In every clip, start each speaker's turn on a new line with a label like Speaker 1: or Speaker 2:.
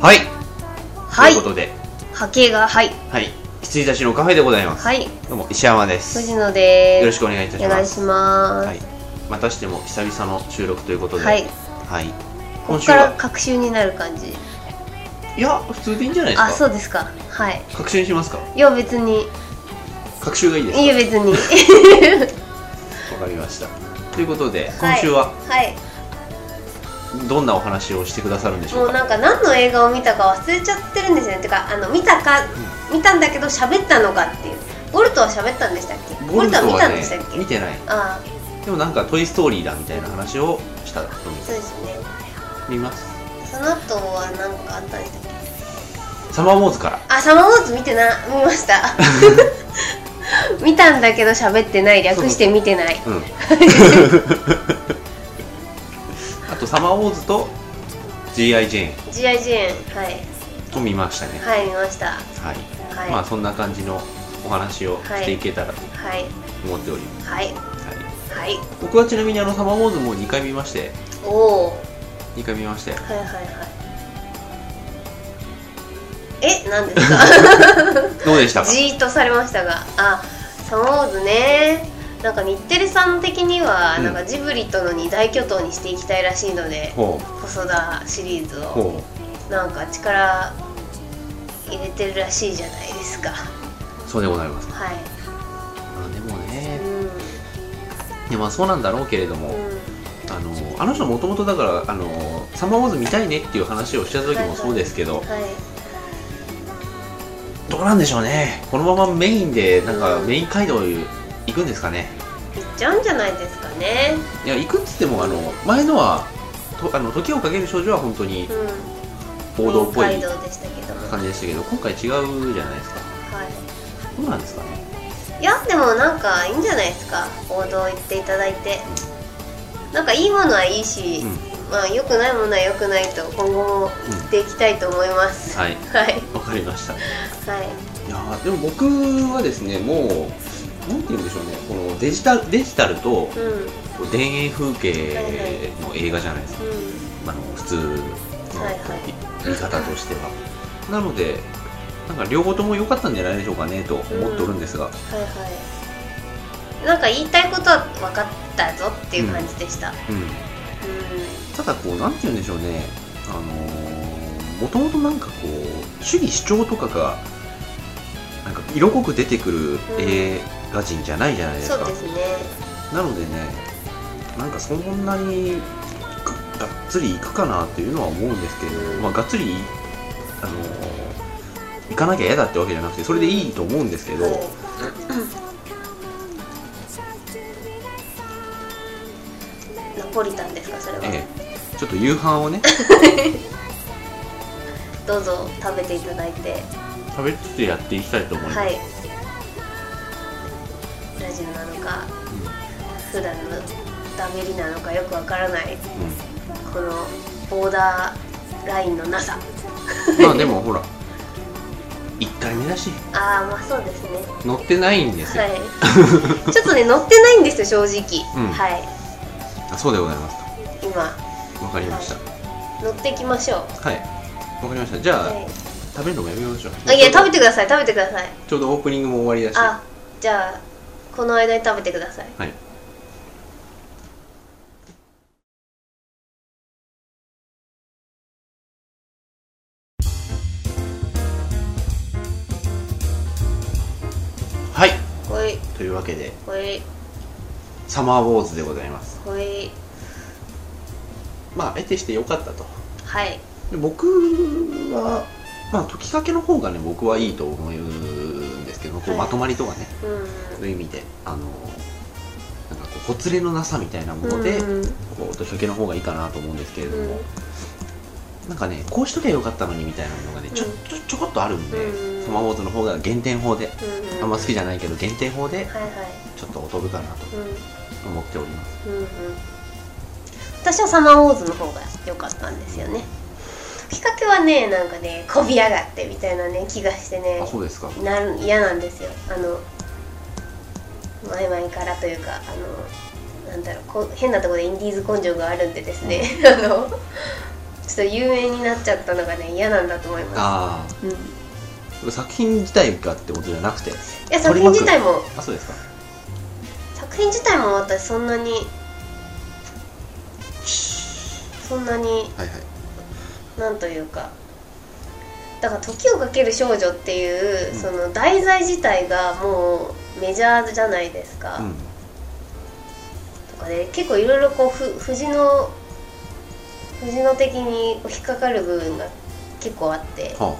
Speaker 1: はい、
Speaker 2: はい
Speaker 1: ということで、
Speaker 2: 波形がはい
Speaker 1: はい、羊たちのカフェでございます。
Speaker 2: はい
Speaker 1: どうも石山です。
Speaker 2: 藤
Speaker 1: よ
Speaker 2: 野です
Speaker 1: ろしくお願いいたし
Speaker 2: お願
Speaker 1: ま
Speaker 2: い
Speaker 1: す。
Speaker 2: します
Speaker 1: はい、またしても久々の収録ということで、
Speaker 2: はい、
Speaker 1: はい
Speaker 2: こ
Speaker 1: 今
Speaker 2: こ
Speaker 1: 週
Speaker 2: から
Speaker 1: は
Speaker 2: 隔週になる感じ
Speaker 1: いや普通でいいんじゃないですか。
Speaker 2: あそうですかはい
Speaker 1: 隔週にしますか。
Speaker 2: いや別に
Speaker 1: 隔週がいいです
Speaker 2: いいよ別に
Speaker 1: か。わかりました。ということで
Speaker 2: は
Speaker 1: 今
Speaker 2: い
Speaker 1: 週は
Speaker 2: はい
Speaker 1: どんなお話をしてくださるんでし
Speaker 2: も
Speaker 1: ょう
Speaker 2: う
Speaker 1: か。
Speaker 2: なんか何の映画を見たか忘れちゃってるんですよねてかあの見たか見たんだけど喋ったのかっていうボルトは喋ったんでしたっけボルトは見たんでしたっけ
Speaker 1: 見てない。
Speaker 2: ああ
Speaker 1: でもなんかトイストーリーだみたいな話をしたの
Speaker 2: そうですね
Speaker 1: 見ます。
Speaker 2: その後は何かあったんでしたっけ
Speaker 1: サマーウォーズから。
Speaker 2: あサマーウォーズ見てな見ました 見たんだけど喋ってない略して見てない
Speaker 1: うん。 あとサマーウォーズと G.I. ジェー
Speaker 2: GI ジェーンはい
Speaker 1: ンを見ましたね。
Speaker 2: はい見ましたは
Speaker 1: はい。
Speaker 2: い、
Speaker 1: まあそんな感じのお話をしていけたらと
Speaker 2: はい
Speaker 1: 思っております。
Speaker 2: はい
Speaker 1: はい。
Speaker 2: はい
Speaker 1: 僕はちなみにあのサマーウォーズも2回見まして、
Speaker 2: おお
Speaker 1: 2回見まして、
Speaker 2: はいはいはいえ何です か
Speaker 1: どうでしたか？
Speaker 2: じーっとされましたがあサマーウォーズねなんか日テレさん的には、
Speaker 1: うん
Speaker 2: なんかジブリとの二大巨頭にしていきたいらしいので
Speaker 1: ほ
Speaker 2: 細田シリーズ
Speaker 1: う
Speaker 2: を
Speaker 1: ほ
Speaker 2: なんか力入れてるらしいじゃないですか
Speaker 1: うそうでございます。
Speaker 2: はい
Speaker 1: あでも
Speaker 2: う
Speaker 1: ね、
Speaker 2: ん
Speaker 1: いやまあそうなんだろうけれども、あのあの人もともとだからあのサマーウォーズ見たいねっていう話をした時もそうですけど
Speaker 2: うん、はい
Speaker 1: どうなんでしょうね。このままメインでなんか
Speaker 2: うん
Speaker 1: メイン街道行くんですかね。
Speaker 2: 行っちゃうんじゃないですかね
Speaker 1: いや行くっつってもあの前のはとあの時をかける少女は本当に
Speaker 2: うん
Speaker 1: 王道っぽい
Speaker 2: 北海道でしたけども
Speaker 1: 感じでしたけど、今回違うじゃないですか。
Speaker 2: は
Speaker 1: どうなんですかね。
Speaker 2: いいやでもなんかいいんじゃないですか王道行っていただいてなんかいいものはいいし、
Speaker 1: うん
Speaker 2: まあ良くないものは良くないと今後も言っていきたいと思います、
Speaker 1: はい。
Speaker 2: はい
Speaker 1: わかりました。
Speaker 2: はい
Speaker 1: いやーでも僕はですねもうなんて言うんでしょうねこのデジタルデジタルと
Speaker 2: うんうん
Speaker 1: こう田園風景の映画じゃないですか、あの普通の
Speaker 2: はい
Speaker 1: こ
Speaker 2: はいう
Speaker 1: 見方としては、なのでなんか両方とも良かったんじゃないでしょうかねと思っておるんですが、
Speaker 2: はいはいなんか言いたいことは分かったぞっていう感じでした、
Speaker 1: うん
Speaker 2: う
Speaker 1: ただこうなんて言うんでしょうねあのもともとなんかこう主義主張とかがなんか色濃く出てくる映画人じゃないじゃない
Speaker 2: ん、
Speaker 1: です
Speaker 2: そ
Speaker 1: か、
Speaker 2: うですね
Speaker 1: なのでね、なんかそんなにががっつり行くかなっていうのは思うんですけれど、まあ、がっつり、あのー行かなきゃ嫌だってわけじゃなくて、それでいいと思うんですけど、
Speaker 2: はいナポリタンですかそれは、
Speaker 1: ええ、ちょっと夕飯 をね、
Speaker 2: どうぞ食べていただいて
Speaker 1: 食べつつやっていきたいと思います。
Speaker 2: はいラジオなのか普段のダメリなのかよくわからない
Speaker 1: うん
Speaker 2: このボーダーラインのなさ
Speaker 1: うんまあでもほら、1回目だし、
Speaker 2: ああまあそうですね
Speaker 1: 乗ってないんですよ。
Speaker 2: はい ちょっとね乗ってないんですよ正直、
Speaker 1: うん
Speaker 2: はい
Speaker 1: あそうでございますか。
Speaker 2: 今
Speaker 1: わかりました。
Speaker 2: 乗ってきましょう
Speaker 1: はい。わかりました。じゃあ、
Speaker 2: はい
Speaker 1: 食べるのもやめましょう。
Speaker 2: あいや食べてください食べてください
Speaker 1: ちょうどオープニングも終わりだし。
Speaker 2: あじゃあこの間に食べてください
Speaker 1: はい。はい。
Speaker 2: ほい
Speaker 1: というわけで、
Speaker 2: ほい
Speaker 1: サマーウォーズでございます。
Speaker 2: ほい
Speaker 1: まあ、得てしてよかったと。
Speaker 2: はい
Speaker 1: で僕は、まあ、解きかけの方がね、僕はいいと思うんですけど、こう
Speaker 2: はい
Speaker 1: まとまりとかね、
Speaker 2: うん
Speaker 1: そういう意味で、あの、なんかこう、ほつれのなさみたいなもので、
Speaker 2: うん
Speaker 1: こう解きかけの方がいいかなと思うんですけれど
Speaker 2: う
Speaker 1: も、
Speaker 2: ん
Speaker 1: なんかね、こうしときゃよかったのにみたいなのがね、ちょ
Speaker 2: うん
Speaker 1: ちょちょこっとあるんで、
Speaker 2: うん
Speaker 1: サマーウォーズの方が減点法で、
Speaker 2: うん
Speaker 1: あんま好きじゃないけど、減点法で
Speaker 2: はいはい
Speaker 1: ちょっと劣るかなと
Speaker 2: うん
Speaker 1: 思っております。
Speaker 2: うんうん私はサマーウォーズの方が良かったんですよねきっかけはねなんかねこびやがってみたいなね気がしてね
Speaker 1: あ、そうですか。
Speaker 2: なる嫌なんですよあの前々からというか あのなんだろうこう変なところでインディーズ根性があるんでですねあのちょっと有名になっちゃったのがね嫌なんだと思い
Speaker 1: あ
Speaker 2: ます、うん、
Speaker 1: あ
Speaker 2: い
Speaker 1: 作品自体がってことじゃなくて
Speaker 2: や作品自体も
Speaker 1: あそうですか
Speaker 2: 作品自体も私そんなにそんなに
Speaker 1: はいはい
Speaker 2: なんというかだから「時をかける少女」っていう、
Speaker 1: うん
Speaker 2: その題材自体がもうメジャーじゃないですか、
Speaker 1: うん
Speaker 2: とかで結構いろいろこうふ藤の藤の的に引っかかる部分が結構あって「こ
Speaker 1: はあ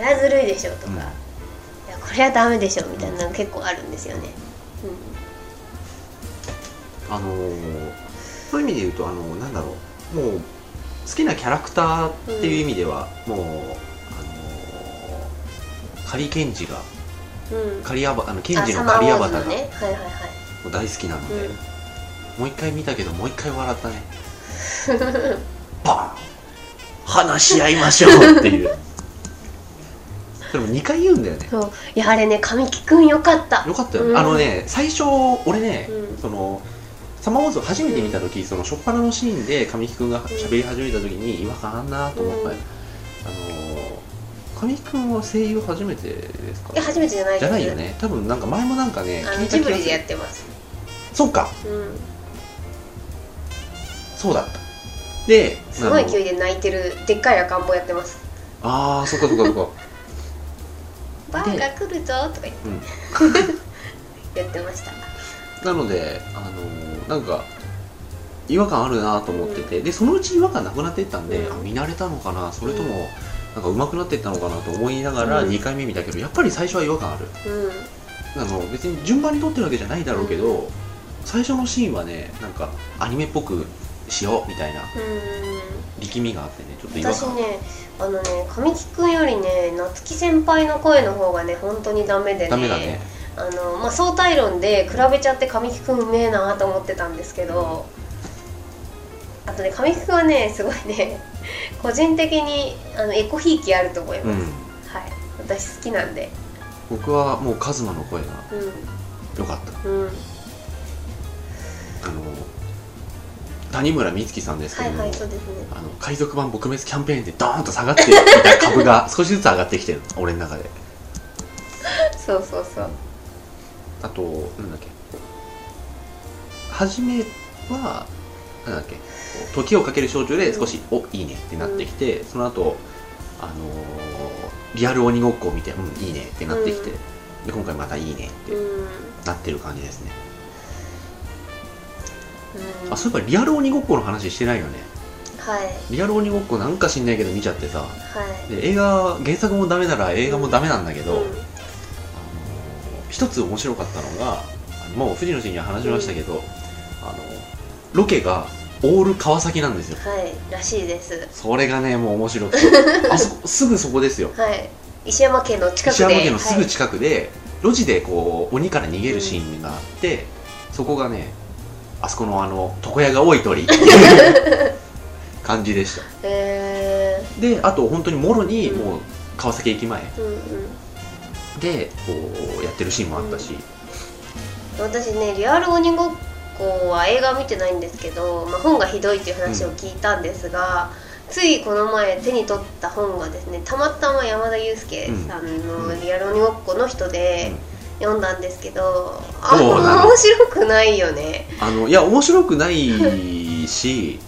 Speaker 1: は
Speaker 2: れはずるいでしょ」とか、
Speaker 1: うん
Speaker 2: いやこれはダメでしょ」みたいなのが結構あるんですよね。うん
Speaker 1: ああのーそういう意味で言うとあのーなんだろうもう好きなキャラクターっていう意味では、もうあのー、カリケンジが
Speaker 2: うん、
Speaker 1: カリアバあのケン
Speaker 2: あ
Speaker 1: ジ
Speaker 2: サ
Speaker 1: の
Speaker 2: マ
Speaker 1: カリ
Speaker 2: ー
Speaker 1: ア
Speaker 2: ウォー
Speaker 1: バ
Speaker 2: ズ
Speaker 1: タ
Speaker 2: の
Speaker 1: が
Speaker 2: ねはいはいはい
Speaker 1: 大好きなので、
Speaker 2: うん
Speaker 1: もう一回見たけどもう一回笑った ねバーン話し合いましょうっていうそれも2回言うんだよね
Speaker 2: そういやあれね神木くんよかった
Speaker 1: よかったよ、
Speaker 2: うん
Speaker 1: あのね最初俺ね、
Speaker 2: うん
Speaker 1: そのサマーウォーズを初めて見た時、その初っ端のシーンで神木君が喋り始めた時に違和感あんなと思ったよ、
Speaker 2: う
Speaker 1: あ
Speaker 2: ん
Speaker 1: のー神木君は声優初めてですか
Speaker 2: いや初めてじゃないです
Speaker 1: じゃないよね多分なんか前もなんかね
Speaker 2: あ
Speaker 1: 聞
Speaker 2: の
Speaker 1: いた
Speaker 2: ジ
Speaker 1: 気
Speaker 2: ブ
Speaker 1: が
Speaker 2: リ
Speaker 1: す
Speaker 2: でや
Speaker 1: る
Speaker 2: ってます、
Speaker 1: そうか
Speaker 2: うん、
Speaker 1: そうだったです
Speaker 2: ごい
Speaker 1: あの
Speaker 2: 勢いで泣いてるでっかい赤ん坊やってます
Speaker 1: あーそっかそっかそっか
Speaker 2: 「バーが来るぞ」とか言って、
Speaker 1: うん
Speaker 2: やってました
Speaker 1: なので、あのーなんか違和感あるなと思ってて、でそのうち違和感なくなっていったんで、
Speaker 2: うん
Speaker 1: あ見慣れたのかなそれとも、なんか上手くなっていったのかなと思いながら
Speaker 2: うん
Speaker 1: 2回目見たけど、やっぱり最初は違和感ある
Speaker 2: うん
Speaker 1: あの別に順番に撮ってるわけじゃないだろうけど、
Speaker 2: う
Speaker 1: 最初のシーンはねなんかアニメっぽくしようみたいな
Speaker 2: う
Speaker 1: 力みがあってねちょっと
Speaker 2: ん
Speaker 1: 違和
Speaker 2: 私
Speaker 1: 感
Speaker 2: ねあのね神木くんよりね夏樹先輩の声の方がね本当にダメでね
Speaker 1: ダメだね
Speaker 2: あの、まあ、相対論で比べちゃって神木くんうめえなと思ってたんですけどあとね神木くんはねすごいね個人的にあのエコひいきあると思います、
Speaker 1: うん
Speaker 2: はい私好きなんで
Speaker 1: 僕はもうカズマの声が
Speaker 2: う
Speaker 1: 良かった
Speaker 2: んう
Speaker 1: あ
Speaker 2: ん
Speaker 1: の谷村美月さんですけ
Speaker 2: は
Speaker 1: ど
Speaker 2: い
Speaker 1: も、
Speaker 2: はいそうですね
Speaker 1: あの海賊版撲滅キャンペーンでドーンと下がっ ていた株が少しずつ上がってきてる俺の中で
Speaker 2: そうそうそう
Speaker 1: あとなんだっけ初めはなんだっけこう時をかける少女で少し、おいいねってなってきて、その後あのーリアル鬼ごっこを見てうんいいねってなってきて、
Speaker 2: う
Speaker 1: で今回またいいねって
Speaker 2: うん
Speaker 1: なってる感じですね、
Speaker 2: うん
Speaker 1: あそういえばリアル鬼ごっこの話してないよね
Speaker 2: はい
Speaker 1: リアル鬼ごっこなんか知んないけど見ちゃってさ
Speaker 2: はい
Speaker 1: で映画原作もダメなら映画もダメなんだけど、
Speaker 2: うん
Speaker 1: あの一つ面白かったのがあのもう藤野氏には話しましたけど、あのロケがオール川崎なんですよ
Speaker 2: はいらしいです
Speaker 1: それがねもう面白くて あそこすぐそこですよ
Speaker 2: はい石山家の近く
Speaker 1: 石
Speaker 2: で
Speaker 1: 山家のすぐ
Speaker 2: はい
Speaker 1: 近くで、路地でこう鬼から逃げるシーンがあって、そこがねあそこのあの床屋が多い 鳥っていう感じでした
Speaker 2: へ
Speaker 1: であと本当にもろに
Speaker 2: うん
Speaker 1: もう川崎駅前
Speaker 2: ーうんうん
Speaker 1: でこうやってるシーンもあったし、
Speaker 2: 私ねリアル鬼ごっこは映画見てないんですけど、まあ、本がひどいっていう話を聞いたんですが、ついこの前手に取った本がですねたまたま山田裕介さん
Speaker 1: う
Speaker 2: の
Speaker 1: ん
Speaker 2: 「リアル鬼ごっこ」の人で読んだんですけど、あん
Speaker 1: どうな
Speaker 2: ま
Speaker 1: の
Speaker 2: 面白くないよね
Speaker 1: あのいや面白くないし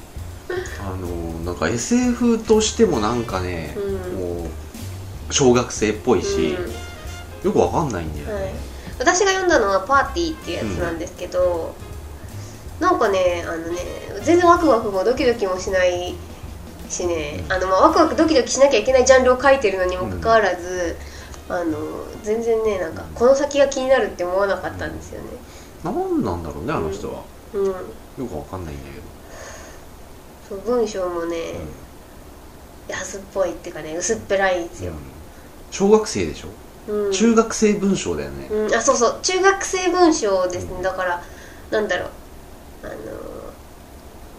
Speaker 1: あのなんか SF としてもなんかね
Speaker 2: う、ん
Speaker 1: もう小学生っぽいし、
Speaker 2: うん
Speaker 1: よくわかんないんだよ
Speaker 2: はい
Speaker 1: ね、、
Speaker 2: 私が読んだのは「パーティー」っていうやつなんですけど、なんかねあのね全然ワクワクもドキドキもしないしねあの、まあ、ワクワクドキドキしなきゃいけないジャンルを書いてるのにもかかわらず、あの全然ねなんかこの先が気になるって思わなかったんですよね。
Speaker 1: なんなんだろうねあの人は、
Speaker 2: うん
Speaker 1: よくわかんないんだけど、
Speaker 2: そう文章もね、
Speaker 1: うん
Speaker 2: 安っぽいっていうかね薄っぺらいんですよ
Speaker 1: うん、小学生でしょ、
Speaker 2: うん、
Speaker 1: 中学生文章だよね、
Speaker 2: うん、あそうそう中学生文章ですねだからなんだろうあのー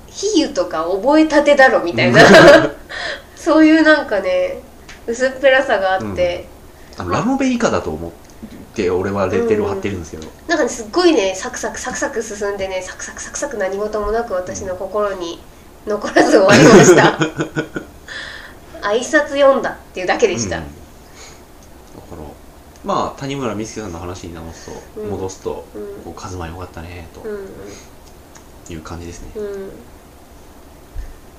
Speaker 2: 比喩とか覚えたてだろ みたいなそういうなんかね薄っぺらさがあって、
Speaker 1: あのラノベ以下だと思って俺はレッテルを貼ってるんですけど、
Speaker 2: なんかねすっごいねサクサクサクサク進んでねサクサクサクサク何事もなく私の心に残らず終わりました 挨拶読んだっていうだけでした、
Speaker 1: うんだからまあ谷村美月さんの話に直すと、
Speaker 2: うん
Speaker 1: 戻すと
Speaker 2: うん
Speaker 1: こうカズマ良かったね
Speaker 2: う
Speaker 1: と
Speaker 2: ん
Speaker 1: いう感じですね、
Speaker 2: うんうん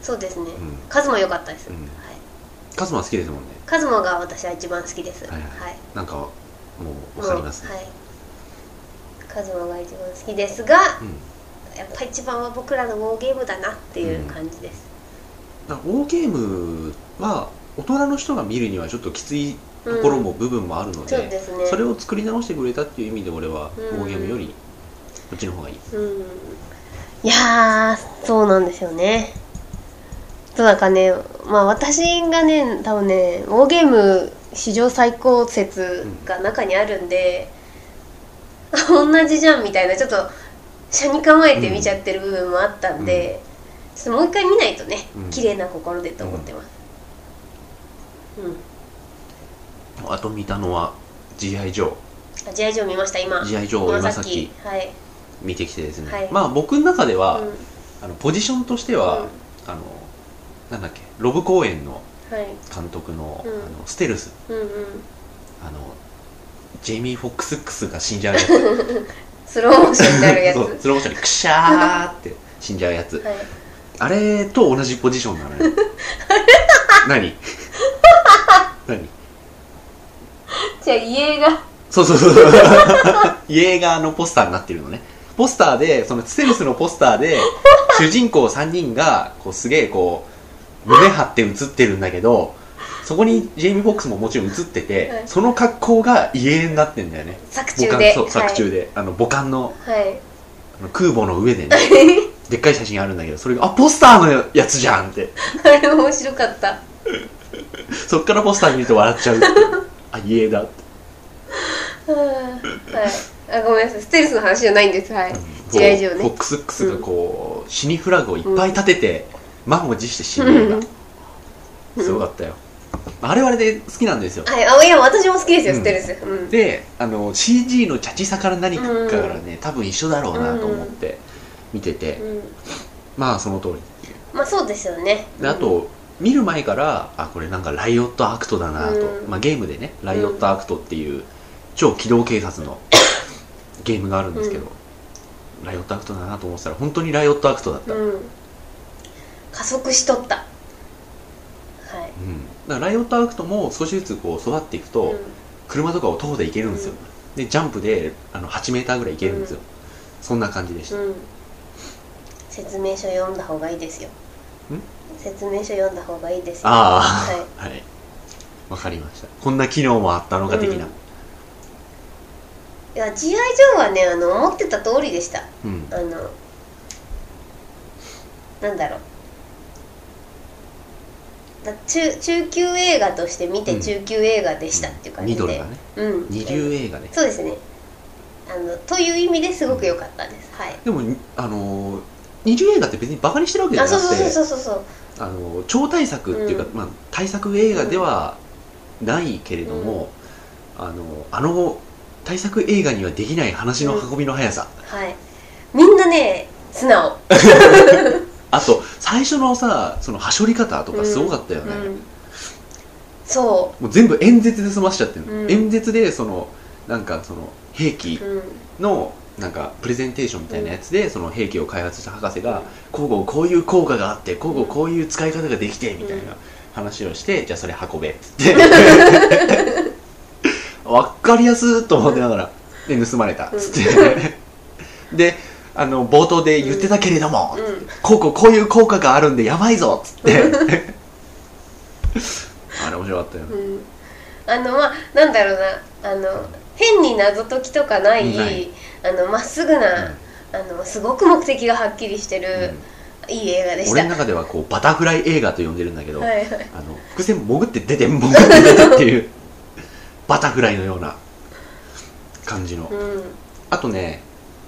Speaker 2: そうですね、
Speaker 1: ん
Speaker 2: カズマ良かったです、
Speaker 1: うん
Speaker 2: はい、
Speaker 1: カズマ好きですもんね
Speaker 2: カズマが私は一番好きです
Speaker 1: はいはい
Speaker 2: はい
Speaker 1: なんかもうわかりますね、
Speaker 2: もうはいカズマが一番好きですが
Speaker 1: うん
Speaker 2: やっぱ一番は僕らのウォーゲームだなっていう感じです、
Speaker 1: だから大ゲームは大人の人が見るにはちょっときついところも部分もあるの
Speaker 2: うん
Speaker 1: で、
Speaker 2: そうですね
Speaker 1: それを作り直してくれたっていう意味で俺は
Speaker 2: うん
Speaker 1: 大ゲームよりこっちの方がいい、
Speaker 2: うんいやーそうなんですよねそうなんかねまあ私がね多分ねウォーゲーム史上最高説が中にあるんで、同じじゃんみたいなちょっと車に構えて見ちゃってる部分もあったんで、ちょっともう一回見ないとね、
Speaker 1: うん
Speaker 2: 綺麗な心でと思ってますうん、
Speaker 1: あと見たのは GI ジョー
Speaker 2: あ GI ジョー見ました今
Speaker 1: GI ジョーを今さっき
Speaker 2: はい、
Speaker 1: 見てきてですね、
Speaker 2: はい
Speaker 1: まあ僕の中では、
Speaker 2: うん
Speaker 1: あのポジションとしては、
Speaker 2: うん
Speaker 1: あのなんだっけロブ公演の
Speaker 2: はい
Speaker 1: 監督の,、
Speaker 2: うん
Speaker 1: あのステルス
Speaker 2: うんうん
Speaker 1: あのジェイミー・フォックスックスが死んじゃうやつ
Speaker 2: スローモーションになるやつ
Speaker 1: そうスローモーションでクシャーって死んじゃうやつ
Speaker 2: はい
Speaker 1: あれと同じポジションなの よ何何
Speaker 2: じゃあ家が
Speaker 1: そうそうそう イエーガーのポスターになってるのねポスターでそのステルスのポスターで主人公3人がこうすげえこう胸張って写ってるんだけどそこにジェイミー・フォックスももちろん写ってて、
Speaker 2: はい
Speaker 1: その格好がイエーになってんだよね
Speaker 2: 作
Speaker 1: 母
Speaker 2: 中
Speaker 1: 艦
Speaker 2: で
Speaker 1: そう作中で、あの母艦の
Speaker 2: はい、 はい、
Speaker 1: あの空母の上でねでっかい写真あるんだけどそれがあポスターのやつじゃんって
Speaker 2: あれ面白かった
Speaker 1: そっからポスター見ると笑っちゃうっていうあイエーだって
Speaker 2: はいあごめんなさいステルスの話じゃないんですはい
Speaker 1: こう
Speaker 2: 試合上
Speaker 1: フォ
Speaker 2: ね
Speaker 1: ックスックスがこう、死にフラグをいっぱい立てて、満を持して死ぬような、
Speaker 2: うん
Speaker 1: すごかったよあれはあれで好きなんですよ
Speaker 2: はいあいや私も好きですよ、
Speaker 1: うん
Speaker 2: ステルスうん
Speaker 1: であの CG のチャチさから何かからね、多分一緒だろうなと思って見てて、
Speaker 2: うん
Speaker 1: まあその通り
Speaker 2: まあそうですよね
Speaker 1: であと、見る前からあこれなんかライオットアクトだなと、
Speaker 2: うん
Speaker 1: まあ、ゲームでねライオットアクトっていう超機動警察 のゲームがあるんですけど、ライオットアクトだなと思ってたら本当にライオットアクトだった、
Speaker 2: うん、うん、加速しとったはい
Speaker 1: うん、だからライオットアクトも少しずつこう育っていくと、
Speaker 2: うん
Speaker 1: 車とかを徒歩で行けるんですよ、
Speaker 2: うん
Speaker 1: でジャンプであの8メーターぐらい行けるんですよ、そんな感じでした、
Speaker 2: うん、説明書読んだ方がいいですよ
Speaker 1: ん
Speaker 2: 説明書読んだ方がいいですよ
Speaker 1: あ
Speaker 2: はい
Speaker 1: あはいわ、かりましたこんな機能もあったのか的な
Speaker 2: や GI ジョーはねあの思ってた通りでした
Speaker 1: うん、
Speaker 2: あのなんだろうだ中中級映画として見
Speaker 1: う
Speaker 2: て
Speaker 1: ん
Speaker 2: 中級映画でしたっていう感じ
Speaker 1: ミド
Speaker 2: で、うん
Speaker 1: ルがね二流映画ね
Speaker 2: そうですねあのという意味ですごく良かったですはい
Speaker 1: でもにあのー二流映画って別にバカにしてるわけじゃ
Speaker 2: あ
Speaker 1: なく
Speaker 2: そうそ
Speaker 1: て
Speaker 2: うそうそうそうそう
Speaker 1: あのー超大作っていうか、
Speaker 2: うん
Speaker 1: まあ、大作映画ではないけれども、あのーあの大作映画にはできない話の運びの速さ、
Speaker 2: はいみんなね素直
Speaker 1: あと最初のさそのはしょり方とかすごかったよね、
Speaker 2: うん、そ
Speaker 1: もう全部演説で済ましちゃってる、
Speaker 2: うん
Speaker 1: 演説でそのなんかその兵器
Speaker 2: う、うん、
Speaker 1: のなんかプレゼンテーションみたいなやつで、その兵器を開発した博士が交互こういう効果があって交互こういう使い方ができてみたいな話をして、じゃあそれ運べっつって わかりやすーと思ってながらで盗まれたっつって、 であの冒頭で言ってたけれども、
Speaker 2: うん
Speaker 1: こうこうこういう効果があるんでやばいぞっつって あれ面白かったよ、
Speaker 2: うんあのまあなんだろうなあの変に謎解きとかない
Speaker 1: ない
Speaker 2: あのまっすぐな、あのすごく目的がはっきりしてる、いい映画でした
Speaker 1: 俺の中ではこうバタフライ映画と呼んでるんだけど、
Speaker 2: はいはい
Speaker 1: あの伏線潜って出て潜って出てっていう バタフライのような感じの、
Speaker 2: うん、
Speaker 1: あとね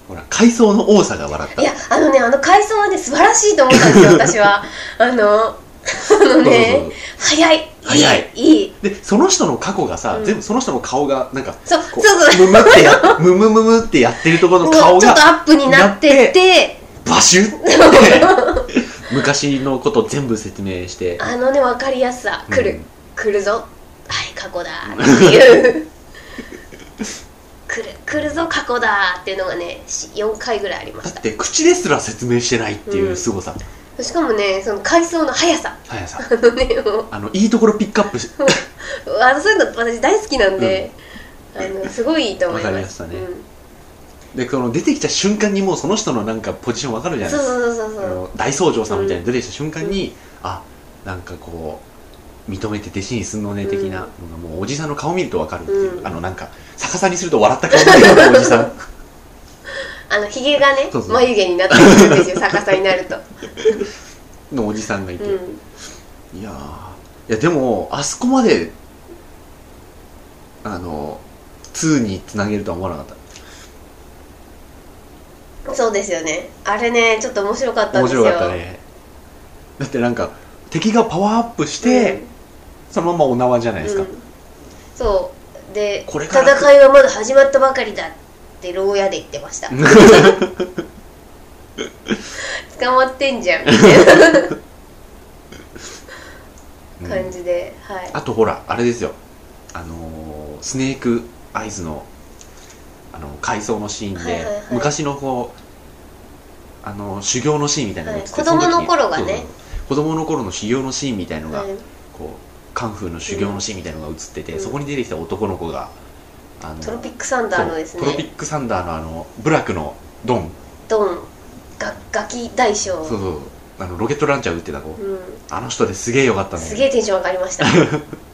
Speaker 1: ほら海藻の多さが笑った
Speaker 2: いやあのねあの回想はね素晴らしいと思ったんで すよ私はあのあの
Speaker 1: そうそう
Speaker 2: ね
Speaker 1: そう
Speaker 2: 早い
Speaker 1: 早い
Speaker 2: いい
Speaker 1: でその人の過去がさ、
Speaker 2: うん
Speaker 1: 全部その人の顔がなんか
Speaker 2: そう
Speaker 1: こ
Speaker 2: そううそう
Speaker 1: ムムって やムムムムってやってるところの
Speaker 2: も
Speaker 1: 顔
Speaker 2: うちょっと
Speaker 1: が
Speaker 2: アップになってて
Speaker 1: バシュって 昔のこと全部説明して
Speaker 2: あのね分かりやすさ来る、
Speaker 1: うん
Speaker 2: 来るぞはい過去だっていう 来る来るぞ過去だっていうのがね4回ぐらいありま
Speaker 1: だっ
Speaker 2: した
Speaker 1: て口ですら説明してないっていう凄さ、
Speaker 2: しかもねその回想の速さ
Speaker 1: 速さ
Speaker 2: あのね もう
Speaker 1: あのいいところピックアップし
Speaker 2: あのそういうの私大好きなんで、あのすごいいいと思いま
Speaker 1: わ
Speaker 2: す
Speaker 1: かりましたね
Speaker 2: うん
Speaker 1: でその出てきた瞬間にもうその人のなんかポジションわかるじゃない
Speaker 2: そ
Speaker 1: で
Speaker 2: う
Speaker 1: すか
Speaker 2: そうそうそう
Speaker 1: あ
Speaker 2: そう
Speaker 1: の大僧正さんみたいに出てきた瞬間に、あなんかこう認めて弟子にすんのね的な、もうおじさんの顔見るとわかるっていう、
Speaker 2: うん
Speaker 1: あのなんか逆さにすると笑った顔になるおじさん
Speaker 2: あのひげがね
Speaker 1: そうそう
Speaker 2: 眉毛になってくるんです よ逆さになると、
Speaker 1: のおじさんがいて、
Speaker 2: うん、
Speaker 1: いやーいやでもあそこまであの2につなげるとは思わなかっ
Speaker 2: そうですよねあれねちょっと面白かったたん
Speaker 1: 面
Speaker 2: ですよ
Speaker 1: 白かったねだってなんか敵がパワーアップして、そのままお縄じゃないですか、
Speaker 2: うん、そうで
Speaker 1: これから
Speaker 2: 戦いはまだ始まったばかりだって牢屋で言ってました捕まってんじゃんみたい
Speaker 1: うん
Speaker 2: な感じで、はい
Speaker 1: あとほらあれですよあのースネークアイズのあの回想のシーンで、
Speaker 2: はいはいはい
Speaker 1: 昔のこうあの修行のシーンみたいなのが映ってて、
Speaker 2: はい子供の
Speaker 1: そ時に
Speaker 2: 頃がね
Speaker 1: そうそう子供の頃の修行のシーンみたいのが、
Speaker 2: うん
Speaker 1: こうカンフーの修行のシーンみたいのが映ってて、
Speaker 2: うん
Speaker 1: そこに出てきた男の子があの
Speaker 2: トロピックサンダーのです
Speaker 1: そうトロピ
Speaker 2: ね
Speaker 1: ックサンダーのあのブラックのドン、
Speaker 2: ドンがガキ大将
Speaker 1: そうそうあのロケットランチャー撃ってた子、
Speaker 2: う
Speaker 1: あの人ですげえよかった
Speaker 2: ん、
Speaker 1: ね
Speaker 2: すげえテンション上がり ました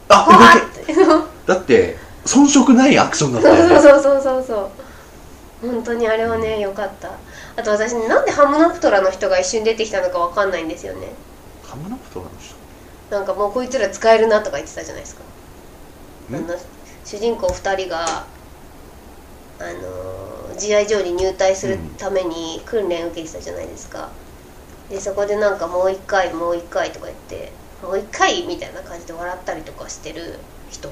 Speaker 1: あ
Speaker 2: 怖
Speaker 1: 動け
Speaker 2: っってそう
Speaker 1: だって遜色ないアクションだった よね
Speaker 2: そうそうそうそう本当にあれはね良かったあと私ねなんでハムナプトラの人が一瞬出てきたのかわかんないんですよね
Speaker 1: ハムナプトラの人
Speaker 2: なんかもうこいつら使えるなとか言ってたじゃないですか
Speaker 1: ん
Speaker 2: あの主人公2人があの GI 上に入隊するために訓練受けてたじゃないですか、でそこでなんかもう一回もう一回とか言ってもう一回みたいな感じで笑ったりとかしてる人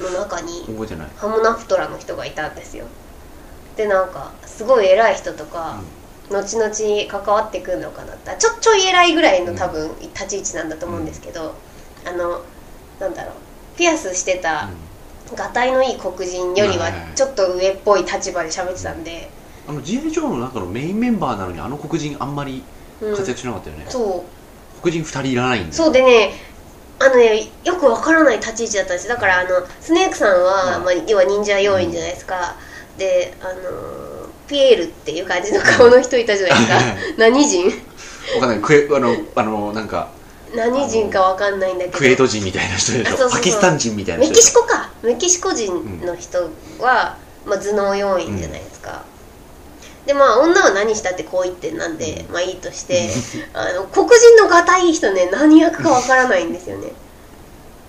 Speaker 2: の中に
Speaker 1: 覚えてない、
Speaker 2: ハムナプトラの人がいたんですよでなんかすごい偉い人とか、後々関わってくるのかなってちょちょい偉いぐらいの多分立ち位置なんだと思うんですけど、あのなんだろうピアスしてた、がたいのいい黒人より
Speaker 1: は
Speaker 2: はい
Speaker 1: はいはい
Speaker 2: ちょっと上っぽい立場で喋ってたんで、
Speaker 1: あの GI ジョーの中のメインメンバーなのにあの黒人あんまり
Speaker 2: うん、
Speaker 1: 活躍しなかったよね、
Speaker 2: そ
Speaker 1: 黒人2人いらないん
Speaker 2: う
Speaker 1: で
Speaker 2: そうでねあのねよくわからない立ち位置だったんですだからあのスネークさんは、
Speaker 1: うん
Speaker 2: まあ、要は忍者要員じゃないですか、であのーピエールっていう感じの顔の人いたじゃないです か何人
Speaker 1: わかんないクエあのあのなんか
Speaker 2: 何人かわかんないんだけど
Speaker 1: クエート人みたいな人でし
Speaker 2: あ
Speaker 1: ょ
Speaker 2: そうそうそう
Speaker 1: パキスタン人みたいな
Speaker 2: メ
Speaker 1: 人
Speaker 2: キ
Speaker 1: で
Speaker 2: シ
Speaker 1: し
Speaker 2: コかメキシコ人の人は、まあ、頭脳要員じゃないですか、でまあ女は何したってこう言ってなんで、まあいいとして あの黒人のがたいい人ね何役かわからないんですよね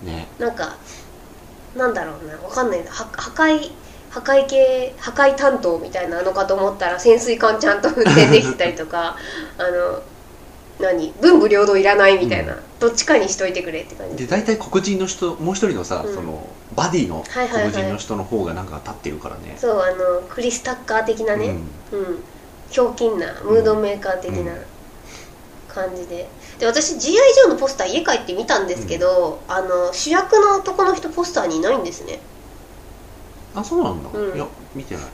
Speaker 1: ょね
Speaker 2: なんかなんだろうなわかんないは破壊破壊系破壊担当みたいなのかと思ったら潜水艦ちゃんと運転できてたりと かあの何文武両道いらないみたいな、
Speaker 1: う
Speaker 2: どっちかにしといてくれって感じ
Speaker 1: で大体黒人の人もう一人のさ、
Speaker 2: うん
Speaker 1: そのバディの
Speaker 2: はいはいは
Speaker 1: 黒
Speaker 2: い
Speaker 1: 人の人の方がなんか立ってるからね、
Speaker 2: そうあのクリス・タッカー的なね、うん、ひょうきんなムードメーカー的な
Speaker 1: うん
Speaker 2: 感じでで私 GI ジョーのポスター家帰って見たんですけど、あの主役の男の人ポスターにいないんですね
Speaker 1: うんあそうなんだ、
Speaker 2: うん
Speaker 1: いや見てない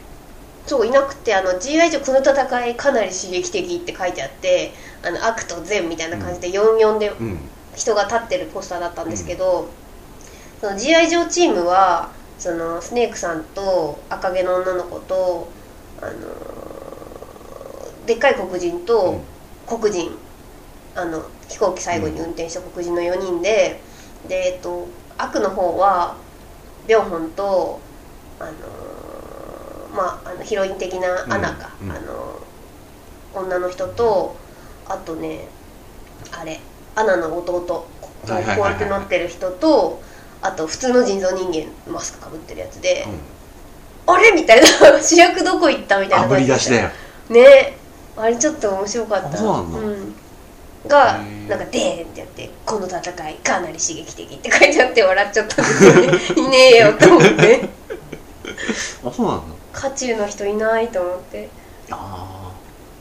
Speaker 2: そういなくてあの GI ジョーこの戦いかなり刺激的って書いてあってあの悪と善みたいな感じで44で
Speaker 1: うん
Speaker 2: 人が立ってるポスターだったんですけど、その GI ジョーチームはそのスネークさんと赤毛の女の子と、あのーでっかい黒人と黒人、あの飛行機最後に運転した黒人の4人で、で、えっと、悪の方はビョンホンと、あのーまあ、あのヒロイン的なアナか、
Speaker 1: うんうん
Speaker 2: あの女の人とあとねあれアナの弟ここ
Speaker 1: は
Speaker 2: う
Speaker 1: いはいはいはい
Speaker 2: やってなってる人とあと普通の人造人間マスクかぶってるやつで、あれみたいな主役どこ行ったみたいな
Speaker 1: あぶり出しだ
Speaker 2: ね
Speaker 1: よ
Speaker 2: あれちょっと面白かった
Speaker 1: あそうなんだ
Speaker 2: んが
Speaker 1: へー
Speaker 2: なんか「でーん」ってやって「この戦いかなり刺激的」って書いてあって笑っちゃったんですよ ねいねえよと思って
Speaker 1: あそうなんだ
Speaker 2: 渦中の人いないと思って
Speaker 1: あ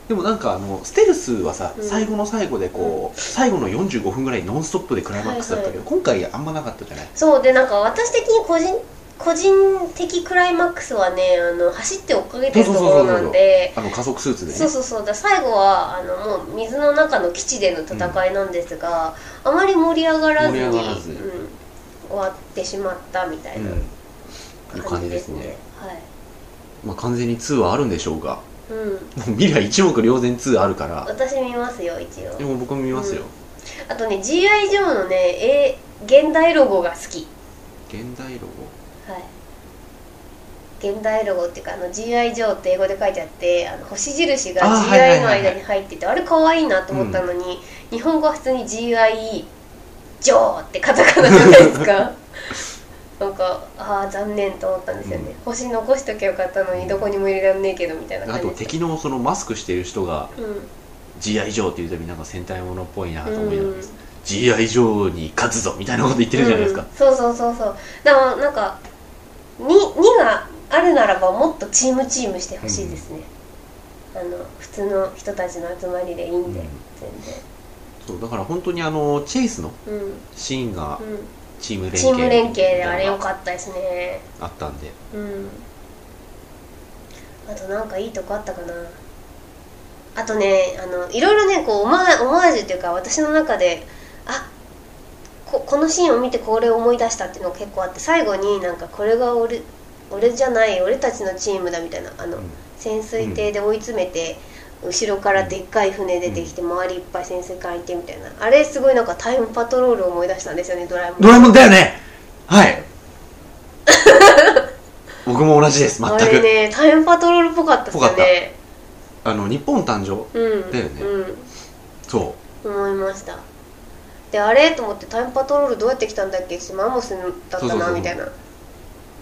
Speaker 1: でもなんかあのステルスはさ、
Speaker 2: うん
Speaker 1: 最後の最後でこう、最後の45分ぐらいノンストップでクライマックスだったけど、今回あんまなかったじゃない
Speaker 2: そうでなんか私的に個人個人的クライマックスはねあの走って追っかけてるところなんで
Speaker 1: あの加速スーツでね
Speaker 2: そうそうそうだ最後はあのもう水の中の基地での戦いなんですが、あまり盛り上がらずに
Speaker 1: 盛り上がらず
Speaker 2: うん、終わってしまったみたい
Speaker 1: う
Speaker 2: な
Speaker 1: ん、いう感じですね
Speaker 2: はい
Speaker 1: まあ、完全に2はあるんでしょうが
Speaker 2: うん、
Speaker 1: もう未来一目瞭然2あるから
Speaker 2: 私見ますよ一
Speaker 1: で
Speaker 2: 応
Speaker 1: も僕も見ますよ、
Speaker 2: あとね GI ジョーのね、え現代ロゴが好き
Speaker 1: 現代ロ
Speaker 2: はい現代ロゴっていうかあの GI ジョーって英語で書いてあってあの星印が
Speaker 1: あーはいはい
Speaker 2: GI の
Speaker 1: はいはい
Speaker 2: 間に入っててあ,、れ可愛いなと思ったのに、日本語は普通に GI ジョーってカタカナじゃないですか なんかああ残念と思ったんですよね、星残しときゃよかったのにどこにも入れらんねえけどみたいな
Speaker 1: ゴあ
Speaker 2: 感じ
Speaker 1: と
Speaker 2: でした
Speaker 1: 敵のそのマスクしてる人が
Speaker 2: うん、
Speaker 1: GI ジョーっていうたびなんか戦隊ものっぽいなと思いながら、
Speaker 2: うん
Speaker 1: GI ジョーに勝つぞみたいなこと言ってるじゃないですか、
Speaker 2: うん、そうそうそうそうだからなんか 2, 2があるならばもっとチームチームしてほしいですね、あの普通の人たちの集まりでいいんで、
Speaker 1: うん
Speaker 2: 全
Speaker 1: そうだから本当にあのチェイスの
Speaker 2: 然、うん
Speaker 1: シーンが
Speaker 2: うん、
Speaker 1: チーム連携
Speaker 2: チーム連携であれ良
Speaker 1: よ
Speaker 2: かったですね
Speaker 1: あったんで
Speaker 2: うんあとなんかいいとこあったかなあとねあのいろいろねこうオマーオマージュっていうか私の中であここのシーンを見てこれを思い出したっていうのが結構あって最後になんかこれが俺俺じゃない俺たちのチームだみたいなあの、
Speaker 1: うん
Speaker 2: 潜水艇で追い詰めて、後ろからでっかい船出てきて、周りいっぱい潜水艦いてみたいなあれすごいなんかタイムパトロールを思い出したんですよねドラえもん
Speaker 1: ドラえもんだよねはい 僕も同じです全
Speaker 2: あ
Speaker 1: く
Speaker 2: れねタイムパトロールっぽかったですよ
Speaker 1: ぽかっ
Speaker 2: ね
Speaker 1: あの日本誕生
Speaker 2: うん
Speaker 1: だよね
Speaker 2: うん
Speaker 1: そ
Speaker 2: 思いましたであれと思ってタイムパトロールどうやって来たんだっけ私マンモスだ
Speaker 1: そ
Speaker 2: っ
Speaker 1: うそ
Speaker 2: た
Speaker 1: うそ
Speaker 2: な
Speaker 1: う
Speaker 2: みたいなう
Speaker 1: う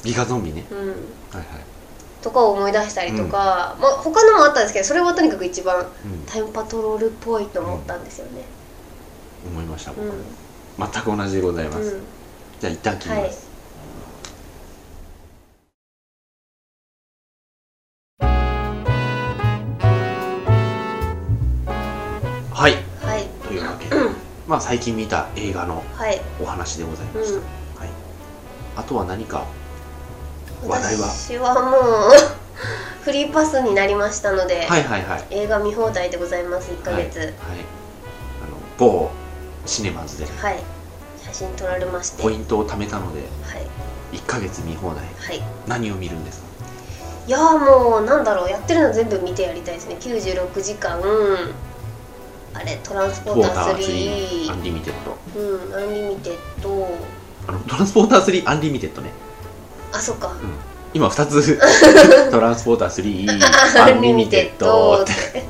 Speaker 1: ギガゾンビね
Speaker 2: ん
Speaker 1: はいはい、
Speaker 2: とかを思い出したりとか、まあ、他のもあったんですけどそれはとにかく一番
Speaker 1: うん
Speaker 2: タイムパトロールっぽいと思ったんですよね
Speaker 1: 思いました僕、
Speaker 2: うん、
Speaker 1: 全く同じでございます、
Speaker 2: うん
Speaker 1: じゃあ一旦切ります、はい、
Speaker 2: はい
Speaker 1: というわけで、まあ最近見た映画の
Speaker 2: はい
Speaker 1: お話でございました、
Speaker 2: うん
Speaker 1: はい、あとは何か話題は
Speaker 2: 私はもうフリーパスになりましたので、
Speaker 1: はいはいはい
Speaker 2: 映画見放題でございます1ヶ月
Speaker 1: はい、はいあの某シネマズで
Speaker 2: はい、写真撮られまして
Speaker 1: ポ
Speaker 2: は
Speaker 1: イ
Speaker 2: い
Speaker 1: ントを貯めたので
Speaker 2: は
Speaker 1: 1ヶ月見放題
Speaker 2: い
Speaker 1: 何を見るんですか
Speaker 2: いやーもうなんだろうやってるの全部見てやりたいですね96時間あれトランスポ
Speaker 1: ウォ
Speaker 2: ー
Speaker 1: ー
Speaker 2: タ
Speaker 1: タ
Speaker 2: ー
Speaker 1: ー3
Speaker 2: 3
Speaker 1: アンリミテッド
Speaker 2: うんアンリミテッド
Speaker 1: あのトランスポーター3アンリミテッドね
Speaker 2: あそっか
Speaker 1: 今2つ トランスポーター3ア
Speaker 2: ア
Speaker 1: ン
Speaker 2: ン
Speaker 1: リ
Speaker 2: リ
Speaker 1: ミ
Speaker 2: ミ
Speaker 1: テ
Speaker 2: テ
Speaker 1: ッ
Speaker 2: ッ
Speaker 1: ド
Speaker 2: ド
Speaker 1: っ
Speaker 2: ってて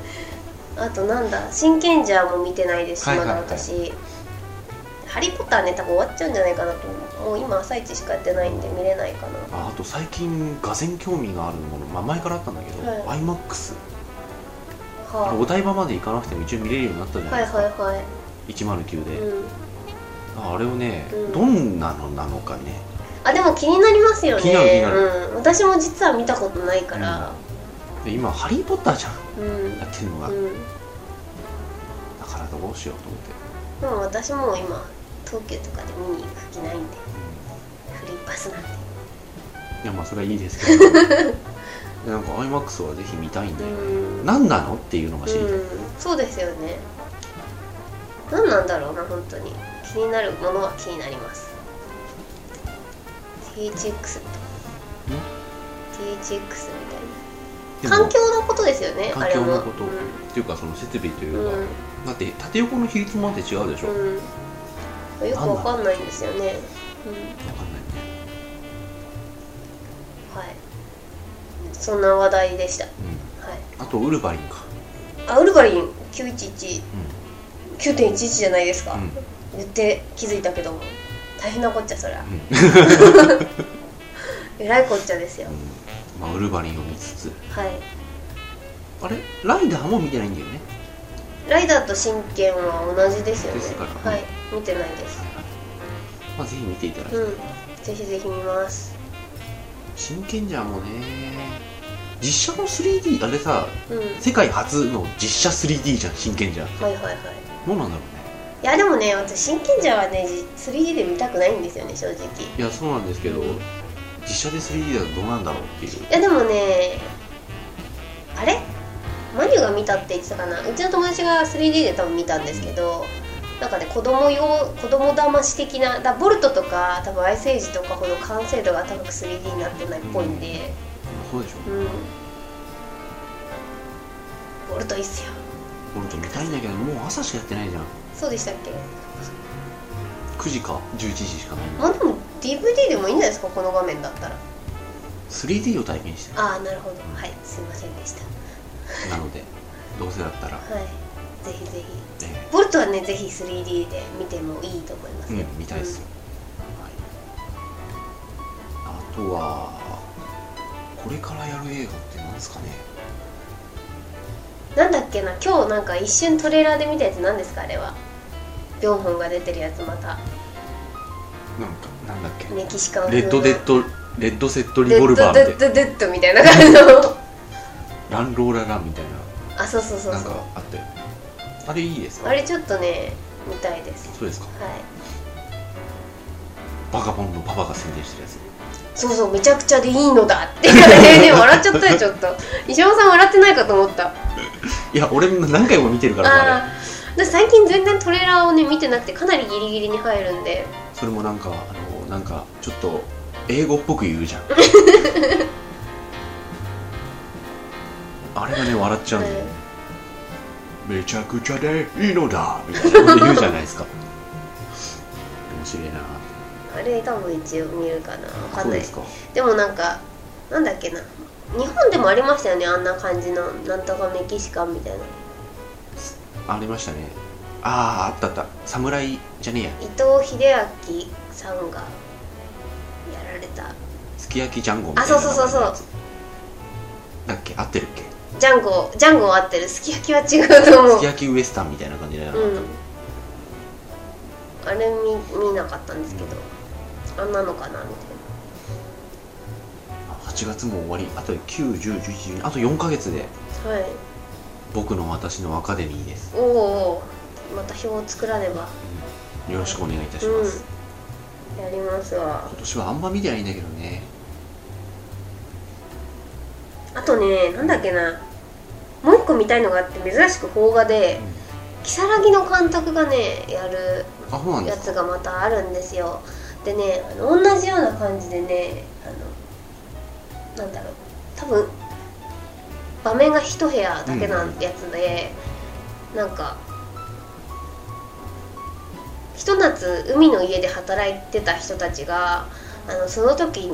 Speaker 2: あとなんだ真剣じゃも見てないですし
Speaker 1: はい
Speaker 2: ま
Speaker 1: はいはい
Speaker 2: だ私ハリー・ポッターね多分終わっちゃうんじゃないかなと思うもう今朝一しかやってないんで見れないかな
Speaker 1: ああと最近がぜん興味があるもの、まあ、前からあったんだけど、
Speaker 2: は
Speaker 1: iMAX あのお
Speaker 2: は
Speaker 1: 台場まで行かなくても一応見れるようになったじ
Speaker 2: あ
Speaker 1: ゃな
Speaker 2: はい
Speaker 1: で
Speaker 2: い
Speaker 1: すか、
Speaker 2: はいはい
Speaker 1: 109で、
Speaker 2: うん
Speaker 1: ああれをね、
Speaker 2: うん
Speaker 1: どんなのなのかね
Speaker 2: あでも気になりますよね
Speaker 1: 気になる気になる
Speaker 2: うん、私も実は見たことないから
Speaker 1: で今「ハリー・ポッター」じゃん
Speaker 2: うん、うん
Speaker 1: やってるのが、だからどうしようと思って、
Speaker 2: でも私も今東急とかで見に行く気ないんでフリーパスなんで
Speaker 1: いやまあそれはいいです けどでなんか iMAX はぜひ見たいんだよ、
Speaker 2: うん
Speaker 1: 何なのっていうのが知りたい、
Speaker 2: うん、そうですよね何なんだろうな本当に気になるものは気になります THX って THX みた
Speaker 1: で
Speaker 2: い
Speaker 1: も
Speaker 2: な環境のことですよねあ
Speaker 1: 環
Speaker 2: れ
Speaker 1: 境
Speaker 2: も
Speaker 1: のこと、
Speaker 2: う
Speaker 1: っ
Speaker 2: ん
Speaker 1: ていうかその設備といううか、
Speaker 2: ん
Speaker 1: だって縦横の比率もあって違うでしょ、わ
Speaker 2: うん、よくわかんないんですよね、
Speaker 1: かんないね、
Speaker 2: うん、はいそんな話題でした、は
Speaker 1: うん、あとウルバリンか、
Speaker 2: い、あウルバリン9119.11
Speaker 1: う
Speaker 2: じゃないですか、
Speaker 1: んうん
Speaker 2: 言って気づいたけども大変なこっちゃそり
Speaker 1: う
Speaker 2: ゃ
Speaker 1: ん
Speaker 2: えらいこっちゃですよ
Speaker 1: うんまあ、ウルヴァリンを見つつ
Speaker 2: はい
Speaker 1: あれライダーも見てないんだよね
Speaker 2: ライダーと真剣は同じですよね
Speaker 1: ですからね
Speaker 2: はい見てないです
Speaker 1: まあぜひ見ていただきたい、
Speaker 2: うんぜひぜひ見ます
Speaker 1: 真剣じゃんもうね実写の 3D あれさ
Speaker 2: うん
Speaker 1: 世界初の実写 3D じゃん真剣じゃん
Speaker 2: はいはいはい
Speaker 1: どうなんだろうね
Speaker 2: いやでもね私真剣じゃはね 3D で見たくないんですよね正直
Speaker 1: いやそうなんですけど実写で 3D だとどうなんだろうっていう
Speaker 2: いやでもねあれマリュが見たって言ってたかなうちの友達が 3D で多分見たんですけどなんかね子供用子供騙し的なだボルトとか多分アイスエイジとかほど完成度が高く 3D になってないっぽいんで
Speaker 1: そうでしょ
Speaker 2: うんボルトいいっすよ
Speaker 1: 俺と見たいんだけどもう朝しかやってないじゃん
Speaker 2: そうでしたっけ
Speaker 1: 9時か11時しかない
Speaker 2: まあでも DVD でもいいんじゃないですかこの画面だったら
Speaker 1: 3D を体験して
Speaker 2: ああなるほどはいすいませんでした
Speaker 1: るなので どうせだったら、
Speaker 2: はいぜひぜひ
Speaker 1: え
Speaker 2: ボルトはねぜひ 3D で見てもいいと思いま
Speaker 1: え
Speaker 2: すよ、
Speaker 1: うん見たいっすよ、はい、あとはこれからやる映画ってなんですかね
Speaker 2: うんなんだっけな今日なんか一瞬トレーラーで見たやつ何ですかあれはビョンホンが出てるやつまた
Speaker 1: なんかなんだっけ
Speaker 2: メキシカン風の
Speaker 1: レッドデッドレッドセットリ
Speaker 2: デ
Speaker 1: ボル
Speaker 2: ッ
Speaker 1: バー
Speaker 2: ド
Speaker 1: みたい
Speaker 2: デッドデッドみたいな感じの
Speaker 1: なランローラランみたいな
Speaker 2: あそうそうそう
Speaker 1: なん
Speaker 2: そ
Speaker 1: か
Speaker 2: う
Speaker 1: あったよあれいいですか
Speaker 2: あれちょっとね見たいです
Speaker 1: そうですか
Speaker 2: はい
Speaker 1: バカボンのパパが宣伝してるやつ
Speaker 2: そうそうめちゃくちゃでいいのだって言われてね笑っちゃったよちょっ と石山さん笑ってないかと思った
Speaker 1: いや俺何回も見てるからあれ
Speaker 2: あー私最近全然トレーラーをね見てなくてかなりギリギリに入るんで
Speaker 1: それもなんかあのなんかちょっと英語っぽく言うじゃんあれがね笑っちゃうんだよね、めちゃくちゃでいいのだみたいなこと言うじゃないですか 面白いな
Speaker 2: あれ多分一応見るかなわか
Speaker 1: そう
Speaker 2: んない
Speaker 1: ですか
Speaker 2: でもなんかなんだっけな日本でもありましたよねあんな感じのなんとかメキシカンみたいな
Speaker 1: ありましたねあああったあった侍じゃねえや
Speaker 2: 伊藤英明さんがやられた
Speaker 1: すき焼きジャンゴみ
Speaker 2: あ
Speaker 1: たい
Speaker 2: そ
Speaker 1: な
Speaker 2: うそうそうそ
Speaker 1: 名前のや
Speaker 2: う
Speaker 1: つだっけ合ってるっけ
Speaker 2: ジャンゴジャンゴは合ってるすき焼きは違うと
Speaker 1: す
Speaker 2: 思
Speaker 1: き焼きウエスタンみたいな感じだよな
Speaker 2: ううんあれ見見なかったんですけどあんなのかなみ
Speaker 1: 8月も終わりあと91011あと4ヶ月で
Speaker 2: たいなはい
Speaker 1: 僕の私のアカデミーです
Speaker 2: おおまた表を作らねば
Speaker 1: よろしくお願いいたします、
Speaker 2: うんやりますわ
Speaker 1: 今年はあんま見てないんだけどね
Speaker 2: あとねなんだっけなもう一個見たいのがあって珍しく邦画で如月の監督がねやる
Speaker 1: あそうなんで
Speaker 2: や
Speaker 1: す
Speaker 2: つ
Speaker 1: か
Speaker 2: がまたあるんですよでねあの同じような感じでねあのなんだろう多分場面が一部屋だけなやつで、なんかひと夏海の家で働いてた人たちがあのその時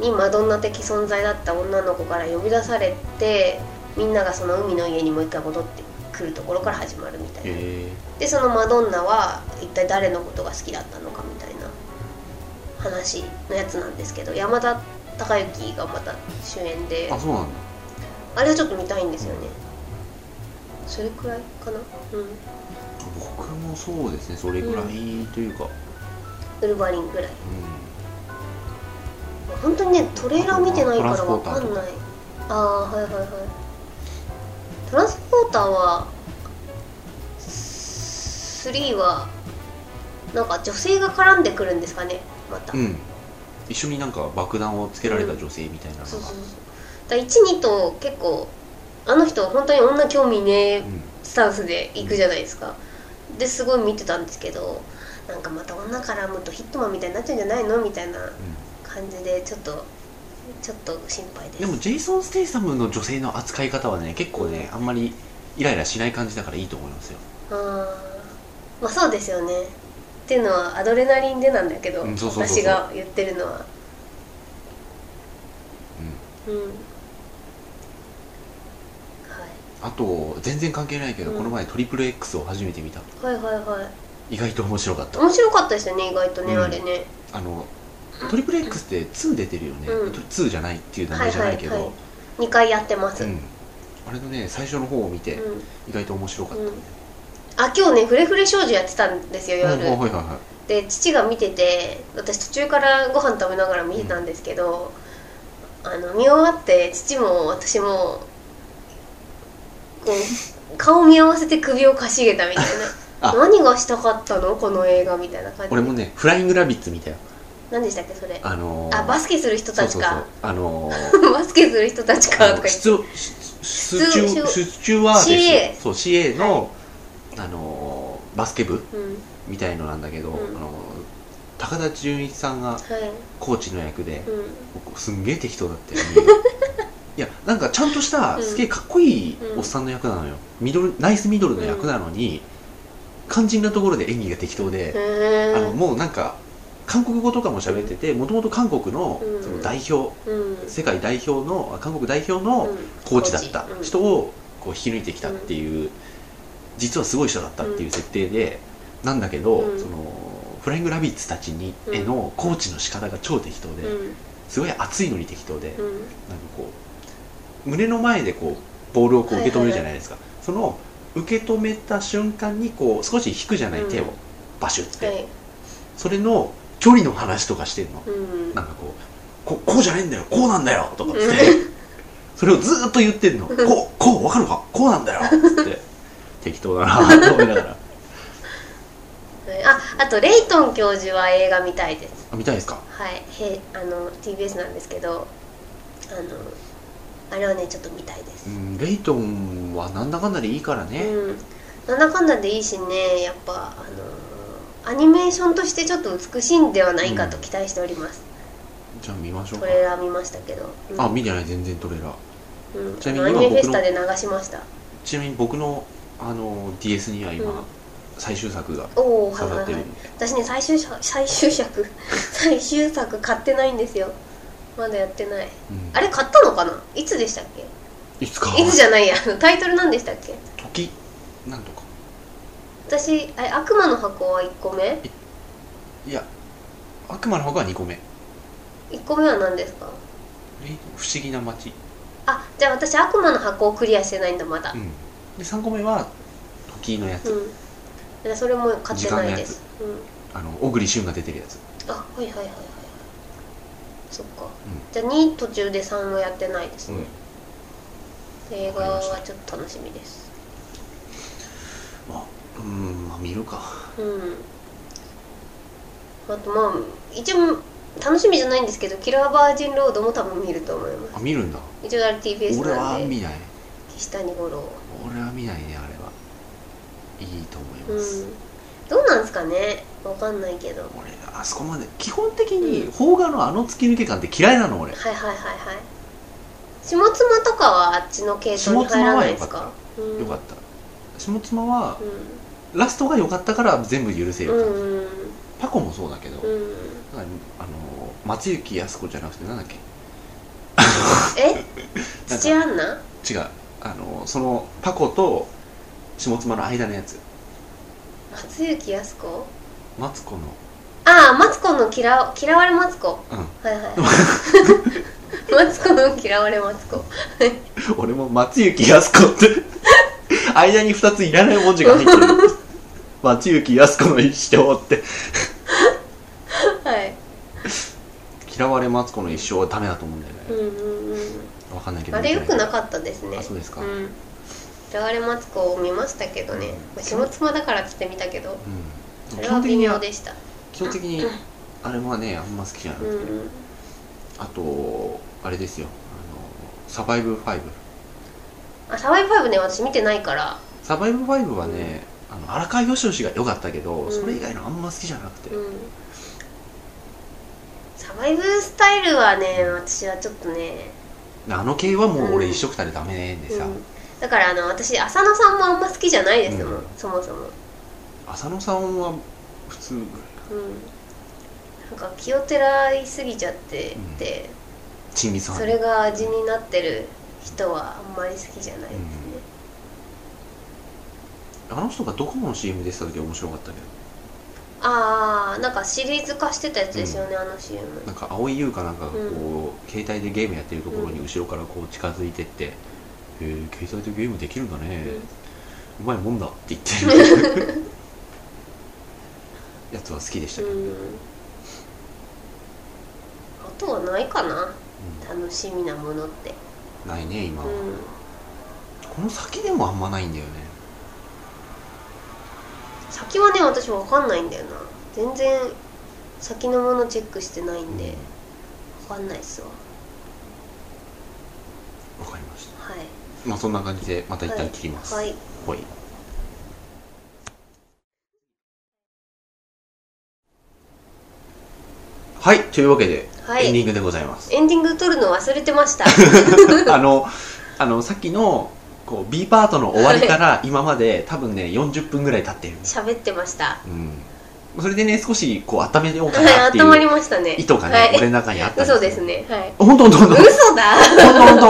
Speaker 2: にマドンナ的存在だった女の子から呼び出されてみんながその海の家にもう一回戻ってくるところから始まるみたいな。
Speaker 1: へ
Speaker 2: でそのマドンナは一体誰のことが好きだったのかみたいな話のやつなんですけど山田孝之がまた主演で
Speaker 1: えあそうなんだ
Speaker 2: あれはちょっと見たいんですよねそれくらいかなうん
Speaker 1: 僕もそうですねそれぐらいというか、うん
Speaker 2: ウルヴァリンぐらい本当にねトレーラー見てないからわかんないああはいはいはいトランスポーターは3はなんか女性が絡んでくるんですかねまた、
Speaker 1: うん、一緒になんか爆弾をつけられた女性みたいなのが、
Speaker 2: そうそうそうだ12と結構あの人本当に女興味ねえ
Speaker 1: うん
Speaker 2: スタンスで行くじゃないですかですごい見てたんですけどなんかまた女絡むとヒットマンみたいになっちゃうんじゃないのみたいな感じでちょっとちょっと心配です
Speaker 1: でもジェイソン・ステイサムの女性の扱い方はね結構ねあんまりイライラしない感じだからいいと思いますよ、
Speaker 2: あーまあそうですよねっていうのはアドレナリンでなんだけど
Speaker 1: うんそうそうそうそう
Speaker 2: 私が言ってるのはうんはい
Speaker 1: あと全然関係ないけど、
Speaker 2: うん
Speaker 1: この前トリプル X を初めて見た
Speaker 2: はいはいは
Speaker 1: 意外と面白かっ
Speaker 2: い
Speaker 1: た
Speaker 2: 面白かったですよね意外とね、
Speaker 1: うん
Speaker 2: あれね
Speaker 1: あのトリプル X って2出てるよね、
Speaker 2: うん
Speaker 1: 2じゃないっていう名前じゃないけど、
Speaker 2: はいはい2回やってます、
Speaker 1: うん、あれのね最初の方を見て
Speaker 2: うん
Speaker 1: 意外と面白かった、
Speaker 2: うんあ今日ね「フレフレ少女」やってたんですよ
Speaker 1: は
Speaker 2: 夜、
Speaker 1: いはいはいは
Speaker 2: で父が見てて私途中からご飯食べながら見てたんですけど、あの見終わって父も私もこう顔見合わせて首をかしげたみたいな
Speaker 1: あ
Speaker 2: 何がしたかったのこの映画みたいな感じ
Speaker 1: 俺もねフライングラビッツ見たよ
Speaker 2: 何でしたっけそれ
Speaker 1: あのー、
Speaker 2: あバスケする人たち
Speaker 1: そうそうそう
Speaker 2: か
Speaker 1: あのー
Speaker 2: バスケする人たち
Speaker 1: あ
Speaker 2: かと
Speaker 1: の
Speaker 2: か言っ
Speaker 1: シ
Speaker 2: て
Speaker 1: チュシチュ
Speaker 2: シチュ
Speaker 1: シチュワーデ
Speaker 2: CA
Speaker 1: スそう CA の、あのーバスケ部
Speaker 2: うん
Speaker 1: みたいのなんだけど、
Speaker 2: うん
Speaker 1: あのー高田純一さんが
Speaker 2: はい
Speaker 1: コーチの役で、
Speaker 2: うん
Speaker 1: 僕すんげえ適当だったよ見るいやなんかちゃんとした
Speaker 2: うん
Speaker 1: すげえかっこいい
Speaker 2: うん
Speaker 1: おっさんの役なのよ、ミドルナイスミドルの役なのに、肝心なところで演技が適当で、
Speaker 2: へ
Speaker 1: あの
Speaker 2: ー
Speaker 1: もうなんか韓国語とかも喋っててもともと韓国の
Speaker 2: うん
Speaker 1: その代表、
Speaker 2: うん
Speaker 1: 世界代表のあ韓国代表の
Speaker 2: うん
Speaker 1: コーチだった
Speaker 2: うん
Speaker 1: 人をこう引き抜いてきたっていう、実はすごい人だったっていう設定で、なんだけど、
Speaker 2: うん
Speaker 1: そのフライングラビッツたちに、
Speaker 2: うん
Speaker 1: へのコーチの仕方が超適当で、
Speaker 2: うん
Speaker 1: すごい熱いのに適当で、
Speaker 2: うん
Speaker 1: なんかこう胸の前でこうボールをこう受け止めるじゃないですか、その受け止めた瞬間にこう少し引くじゃない、
Speaker 2: うん
Speaker 1: 手をバシュって、
Speaker 2: はい
Speaker 1: それの距離の話とかしてんの、
Speaker 2: うん
Speaker 1: なんかこうここうじゃねえんだよこうなんだよとかっつってそれをずーっと言ってんのこうこうわかるかこうなんだよっつって適当だなと思いなが ら
Speaker 2: はいああとレイトン教授は映画みたいです
Speaker 1: あ見たいですか
Speaker 2: はいへあの TBS なんですけどあのあれはねちょっと見たいで
Speaker 1: う
Speaker 2: す
Speaker 1: んレイトンはなんだかんだでいいから
Speaker 2: う
Speaker 1: ね、
Speaker 2: んなんだかんだでいいしねやっぱあのアニメーションとしてちょっと美しいんではないかと期待しております、
Speaker 1: じゃあ見ましょう
Speaker 2: ト
Speaker 1: か
Speaker 2: レーラー見ましたけど、うん
Speaker 1: あ見てない全然トレーラー
Speaker 2: うん、
Speaker 1: ちなみ
Speaker 2: ア
Speaker 1: に今僕の
Speaker 2: ニメフェスタで流しました
Speaker 1: ちなみに僕のあの DS には今、
Speaker 2: うん
Speaker 1: 最終作が
Speaker 2: おおはい
Speaker 1: 刺
Speaker 2: はい
Speaker 1: さ
Speaker 2: は
Speaker 1: ってる
Speaker 2: い
Speaker 1: んで、
Speaker 2: 私ね最終作最 終作最終作買ってないんですよまだやってない
Speaker 1: うん
Speaker 2: あれ買ったのかないつでしたっけ
Speaker 1: いつか
Speaker 2: いつじゃないやあのタイトル何でしたっけ
Speaker 1: 時なんとか
Speaker 2: 私あれ悪魔の箱は1個目
Speaker 1: いや悪魔の方が2個目レ
Speaker 2: 1個目は何ですか
Speaker 1: イ不思議な街、
Speaker 2: あじゃあ私悪魔の箱をクリアしてないんだまだ
Speaker 1: うん、で3個目は時のやつ、
Speaker 2: うん、いやそれも買ってないですうん
Speaker 1: あの小栗旬が出てるやつ
Speaker 2: あはいはいはいはいそっか、
Speaker 1: ん
Speaker 2: じゃあ2途中で3はやってないですね、映画
Speaker 1: わかりま
Speaker 2: はちょっと楽しみです
Speaker 1: まあうーんまあ見るか
Speaker 2: うんあとまあ一応楽しみじゃないんですけどキラーバージンロードも多分見ると思いま
Speaker 1: あ
Speaker 2: す
Speaker 1: 見るんだ
Speaker 2: 一応あれ TBS
Speaker 1: 俺は
Speaker 2: なんで
Speaker 1: 見ない
Speaker 2: 岸谷五郎
Speaker 1: 俺は見ないねあれはいいと思いま
Speaker 2: う
Speaker 1: す、
Speaker 2: んどうなんですかねわかんないけどは
Speaker 1: 俺あそこまで基本的に邦画のあの突き抜け感って嫌いなの俺
Speaker 2: いはいはいはい下妻とかはあっちの系統に入らないですかうん
Speaker 1: よかった下妻は
Speaker 2: う
Speaker 1: ラストが良かったから全部許せよ、
Speaker 2: んうん
Speaker 1: パコもそうだけど、
Speaker 2: うんうん
Speaker 1: なんかあの松雪泰子じゃなくてなんだっけ
Speaker 2: え
Speaker 1: なん
Speaker 2: 土
Speaker 1: か
Speaker 2: アンナ
Speaker 1: 違うあのそのパコと下妻の間のやつ
Speaker 2: 松雪靖子
Speaker 1: マツコの
Speaker 2: ああマツコの嫌嫌われマツコ
Speaker 1: う
Speaker 2: はいはい マツコの嫌われマツコ
Speaker 1: ん俺も松雪泰子って 間に2ついらない文字が入ってる松雪泰子の一生って
Speaker 2: はい
Speaker 1: 嫌われマツコの一生はダメだと思うんだよ
Speaker 2: う
Speaker 1: ね
Speaker 2: んうんうん
Speaker 1: わかんないけど
Speaker 2: あれ良くな
Speaker 1: っ
Speaker 2: かったですね
Speaker 1: あそうですか
Speaker 2: ん嫌われマツコを見ましたけどねまあ下妻だからっつって見たけど
Speaker 1: た
Speaker 2: そ
Speaker 1: うん基
Speaker 2: れは
Speaker 1: 本的
Speaker 2: 微
Speaker 1: に
Speaker 2: 妙
Speaker 1: は
Speaker 2: でした
Speaker 1: 基本的にあれはねあんま好きじゃない、
Speaker 2: うんうん
Speaker 1: あとあれですよあのサバイブ5
Speaker 2: あサバイブファイブね私見てないから
Speaker 1: サバイブ5はね、あの荒川よしよしが良かったけど、
Speaker 2: ん
Speaker 1: それ以外のあんま好きじゃなくて、
Speaker 2: うんサバイブスタイルはね私はちょっとね
Speaker 1: あの系はもう俺一緒くたでダメでさ、
Speaker 2: うんだからあの私浅野さんもあんま好きじゃないですもん、
Speaker 1: うん
Speaker 2: そもそも、
Speaker 1: 浅野さんは普通ぐらい
Speaker 2: うん、なんか気をてらいすぎちゃって
Speaker 1: うん
Speaker 2: て、
Speaker 1: チンギスハン
Speaker 2: それが味になってる人はあんまり好きじゃないですね、
Speaker 1: あの人がドコモの CM 出てた時は面白かったけど
Speaker 2: ああなんかシリーズ化してたやつですよね、あの CM
Speaker 1: なんか蒼井優かなんかがこう、携帯でゲームやってるところに後ろからこう近づいてって「へえ携帯でゲームできるんだね、うまいもんだ」って言ってる やつは好きでした
Speaker 2: う
Speaker 1: けど、うん
Speaker 2: んあとはないかな楽しみなものって
Speaker 1: ないね今
Speaker 2: う
Speaker 1: は、
Speaker 2: ん
Speaker 1: この先でもあんまないんだよね
Speaker 2: 先はね私わかんないんだよな全然先のものチェックしてないんでわかんないっすわ
Speaker 1: わかりました
Speaker 2: はい
Speaker 1: まあそんな感じでまた一旦切ります
Speaker 2: はい
Speaker 1: はいはいというわけで、
Speaker 2: はい
Speaker 1: エンディングでござい ます
Speaker 2: エンディング撮るの忘れて ました
Speaker 1: あのあのさっきのこう B パートの終わりから今まで多分ね40分ぐらい経ってる
Speaker 2: 喋ってました
Speaker 1: うん、それでね少しこう温めようかな
Speaker 2: は
Speaker 1: って
Speaker 2: い温ま
Speaker 1: い
Speaker 2: り
Speaker 1: う
Speaker 2: ましたね
Speaker 1: 意図がね、
Speaker 2: はい
Speaker 1: 俺の中にあった
Speaker 2: 嘘ですねはい
Speaker 1: 本当本当本当
Speaker 2: 嘘だ
Speaker 1: 本当本当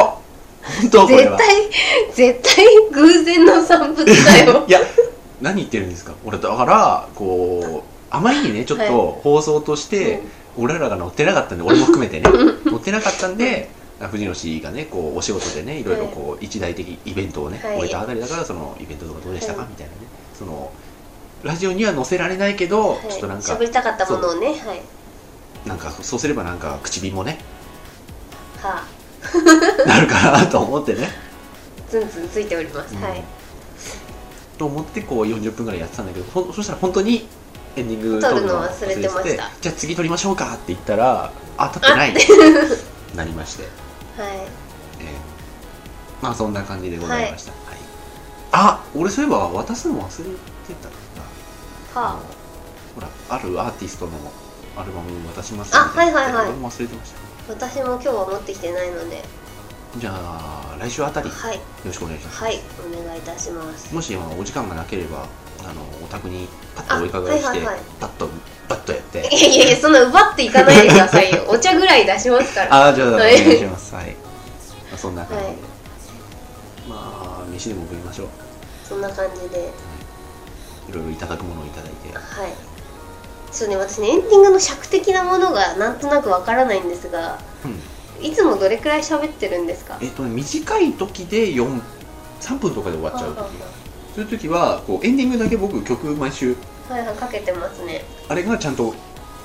Speaker 1: 本当これ
Speaker 2: 絶
Speaker 1: は
Speaker 2: 対絶対偶然の産物だ よ
Speaker 1: いや何言ってるんですか俺だからこうあまりにねちょっと放送として俺らが乗ってなかったんで俺も含めてね乗ってなかったんで藤野氏がねこうお仕事でねいろいろこう一大的イベントをね、
Speaker 2: はい
Speaker 1: 終えたあたりだからそのイベントとかどうでしたか、
Speaker 2: はい
Speaker 1: みたいなねそのラジオには載せられないけど、
Speaker 2: はい
Speaker 1: ちょっとなんか
Speaker 2: 喋りたかったものをねはい
Speaker 1: なんかそうすればなんか唇もね
Speaker 2: はあ
Speaker 1: なるかなと思ってね、
Speaker 2: ツンツンついております、
Speaker 1: うん
Speaker 2: はい
Speaker 1: と思ってこう40分ぐらいやってたんだけどほんそしたら本当にエンディング
Speaker 2: 撮るの
Speaker 1: を
Speaker 2: 忘れてました
Speaker 1: じゃあ次撮りましょうかって言ったらあ撮ってないなりまして、
Speaker 2: はい
Speaker 1: えーまあそんな感じでございました、はいあ俺そういえば渡すの忘れてたな
Speaker 2: は
Speaker 1: ほらあるアーティストのアルバム渡します
Speaker 2: あ
Speaker 1: みたな
Speaker 2: はいはいはい
Speaker 1: 俺も忘れてましたね
Speaker 2: あ私も今日は持ってきてないので
Speaker 1: じゃあ来週あたりよ
Speaker 2: はい
Speaker 1: ろしくお願いします、
Speaker 2: はいお願いいたします
Speaker 1: もしあのお時間がなければあのお宅にパッとお伺いして、
Speaker 2: あはいはいはい
Speaker 1: パッとバッとやって
Speaker 2: いやいやいやそんな奪っていかないでください よお茶ぐらい出しますから
Speaker 1: ああじゃあお
Speaker 2: は
Speaker 1: 願い
Speaker 2: い
Speaker 1: しますはい、まあ、そんな感じで、
Speaker 2: はい
Speaker 1: まあ飯でも食いましょう
Speaker 2: そんな感じで
Speaker 1: いろいろいただくものをいただいて
Speaker 2: はいそうね私ねエンディングの尺的なものがなんとなくわからないんですが
Speaker 1: うん
Speaker 2: いつもどれくらい喋ってるんですか
Speaker 1: えっとね短い時で4 3分とかで終わっちゃう時
Speaker 2: は
Speaker 1: そういう時はこうエンディングだけ僕曲毎週
Speaker 2: あはあはいはいかけてますね
Speaker 1: あれがちゃんと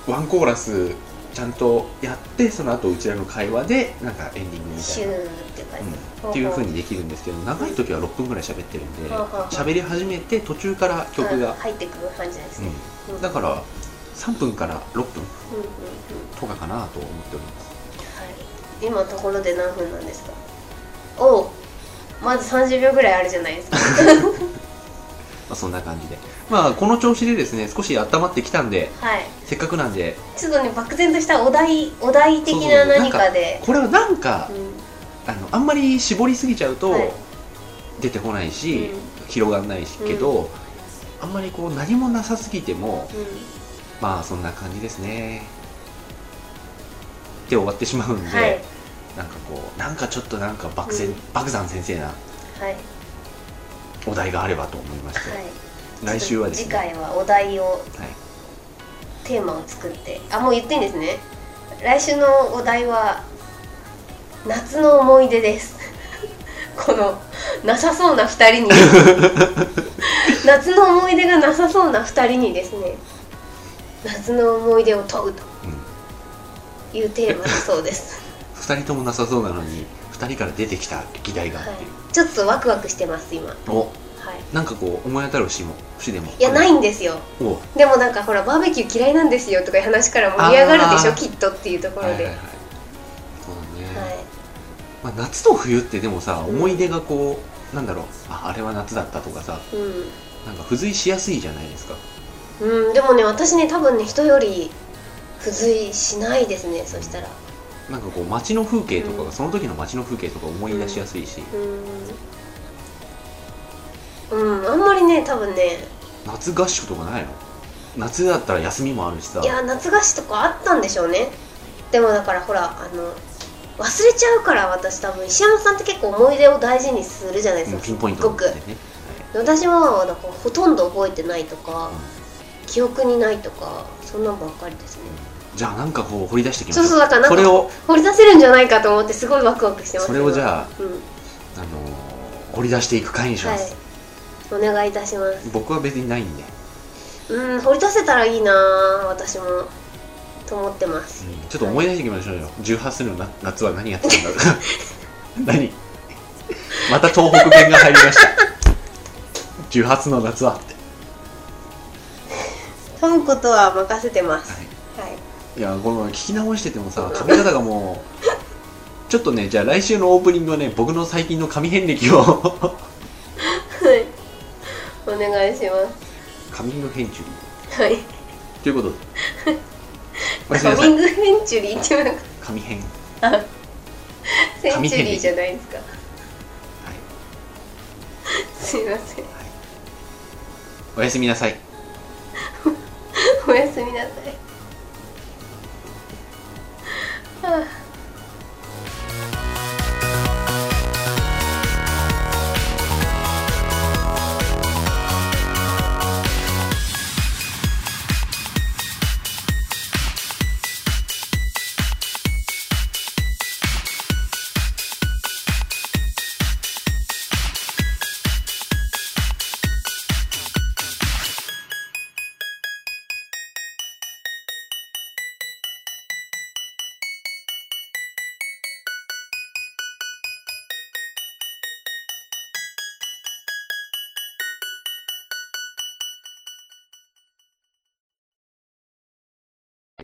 Speaker 1: ワンコーラスちゃんとやってその後うちらの会話でなんかエンディングみた
Speaker 2: シ
Speaker 1: い
Speaker 2: ュ
Speaker 1: な
Speaker 2: ーって感じ、
Speaker 1: うんっていう風にできるんですけど長い時は6分ぐらい喋ってるんで
Speaker 2: ほうほうほう
Speaker 1: 喋り始めて途中から曲
Speaker 2: は
Speaker 1: が
Speaker 2: い、入ってくる感じなんですね、
Speaker 1: うんだから3分から6分
Speaker 2: うんうんうん
Speaker 1: とかかなと思っております
Speaker 2: はい、今のところで何分なんですかおうまず30秒ぐらいあるじゃない ですか
Speaker 1: まあ、そんな感じでまあこの調子でですね少し温まってきたんで
Speaker 2: はい
Speaker 1: せっかくなんで
Speaker 2: ちょっとね漠然としたお題お題的な何かで
Speaker 1: これはなんか
Speaker 2: う、ん
Speaker 1: あのあんまり絞りすぎちゃうと
Speaker 2: はい
Speaker 1: 出てこないし、
Speaker 2: うん
Speaker 1: 広がらないしけど、あんまりこう何もなさすぎても
Speaker 2: う
Speaker 1: まあそんな感じですねって終わってしまうん
Speaker 2: ん
Speaker 1: で、
Speaker 2: はい
Speaker 1: なんかこうなんかちょっとなんか漠然、
Speaker 2: うん
Speaker 1: 漠然先生な
Speaker 2: はい
Speaker 1: お題があればと思いまして、
Speaker 2: はい
Speaker 1: 来週はです
Speaker 2: 次
Speaker 1: ね
Speaker 2: 回はお題を
Speaker 1: はい
Speaker 2: テーマを作ってあもう言っていいんですね来週のお題は夏の思い出です このなさそうな2人に 夏の思い出がなさそうな2人にですね夏の思い出を問うと
Speaker 1: うん
Speaker 2: いうテーマだそうです、
Speaker 1: 2人ともなさそうなのに2人から出てきた議題があっ
Speaker 2: は
Speaker 1: ていう、
Speaker 2: い、ちょっとワクワクしてます今はい
Speaker 1: おなんかこう思い当たる節も節でも
Speaker 2: いやないいんですよ
Speaker 1: おう
Speaker 2: でもなんかほらバーベキュー嫌いなんですよとかいう話から盛り上がるでし
Speaker 1: あ
Speaker 2: ょ
Speaker 1: ー
Speaker 2: きっとっていうところ
Speaker 1: はいはい
Speaker 2: で
Speaker 1: はい
Speaker 2: は
Speaker 1: そうだ
Speaker 2: い
Speaker 1: ね、まあ、夏と冬ってでもさ
Speaker 2: うん
Speaker 1: 思い出がこうなんだろうああれは夏だったとかさ
Speaker 2: うん
Speaker 1: なんか付随しやすいじゃないですか
Speaker 2: うん、でもね私ね多分ね人より付随しないですねそしたら
Speaker 1: なんかこう街の風景とかが、
Speaker 2: うん
Speaker 1: その時の街の風景とか思い出しやすいし、
Speaker 2: うん、うん、あんまりね多分ね
Speaker 1: 夏合宿とかないの夏だったら休みもあるしさ
Speaker 2: いや夏菓子とかあったんでしょうねでもだからほらあの忘れちゃうから私多分石山さんって結構思い出を大事にするじゃないです
Speaker 1: う
Speaker 2: か、
Speaker 1: んピンポイン
Speaker 2: す
Speaker 1: ト
Speaker 2: ご
Speaker 1: で
Speaker 2: く
Speaker 1: ね、
Speaker 2: 私はなんかほとんど覚えてないとか
Speaker 1: はい、
Speaker 2: 記憶にないとかそんなんばっかりですね
Speaker 1: じゃあなんかこう掘り出してきましょ
Speaker 2: そうそうだからなんか
Speaker 1: それを
Speaker 2: 掘り出せるんじゃないかと思ってすごいワクワクしてます
Speaker 1: それをじ
Speaker 2: あ、
Speaker 1: ゃあ、
Speaker 2: うん、
Speaker 1: あのー掘り出していく回にしま
Speaker 2: はい
Speaker 1: す、
Speaker 2: お願いいたします
Speaker 1: 僕は別にないんで
Speaker 2: うん掘り出せたらいいなぁ私もと思ってます
Speaker 1: うんちょっと思い出してきましょうよ18歳のな夏は何やってたんだろ う何また東北弁が入りました18の夏はって
Speaker 2: 噛むことは任せてます
Speaker 1: はい
Speaker 2: はい
Speaker 1: いやこの聞き直しててもさ髪型がもうちょっとねじゃあ来週のオープニングはね僕の最近の髪遍歴 を
Speaker 2: はいお願いしま
Speaker 1: カミングヘンチュリ
Speaker 2: すはい
Speaker 1: ーということ でおやすみ
Speaker 2: カ
Speaker 1: なさ
Speaker 2: ミ
Speaker 1: い
Speaker 2: ングセンチュリーっていうのが
Speaker 1: 髪編はい
Speaker 2: センチュリーじゃないですかすいません
Speaker 1: おやすみなさい
Speaker 2: おやすみなさい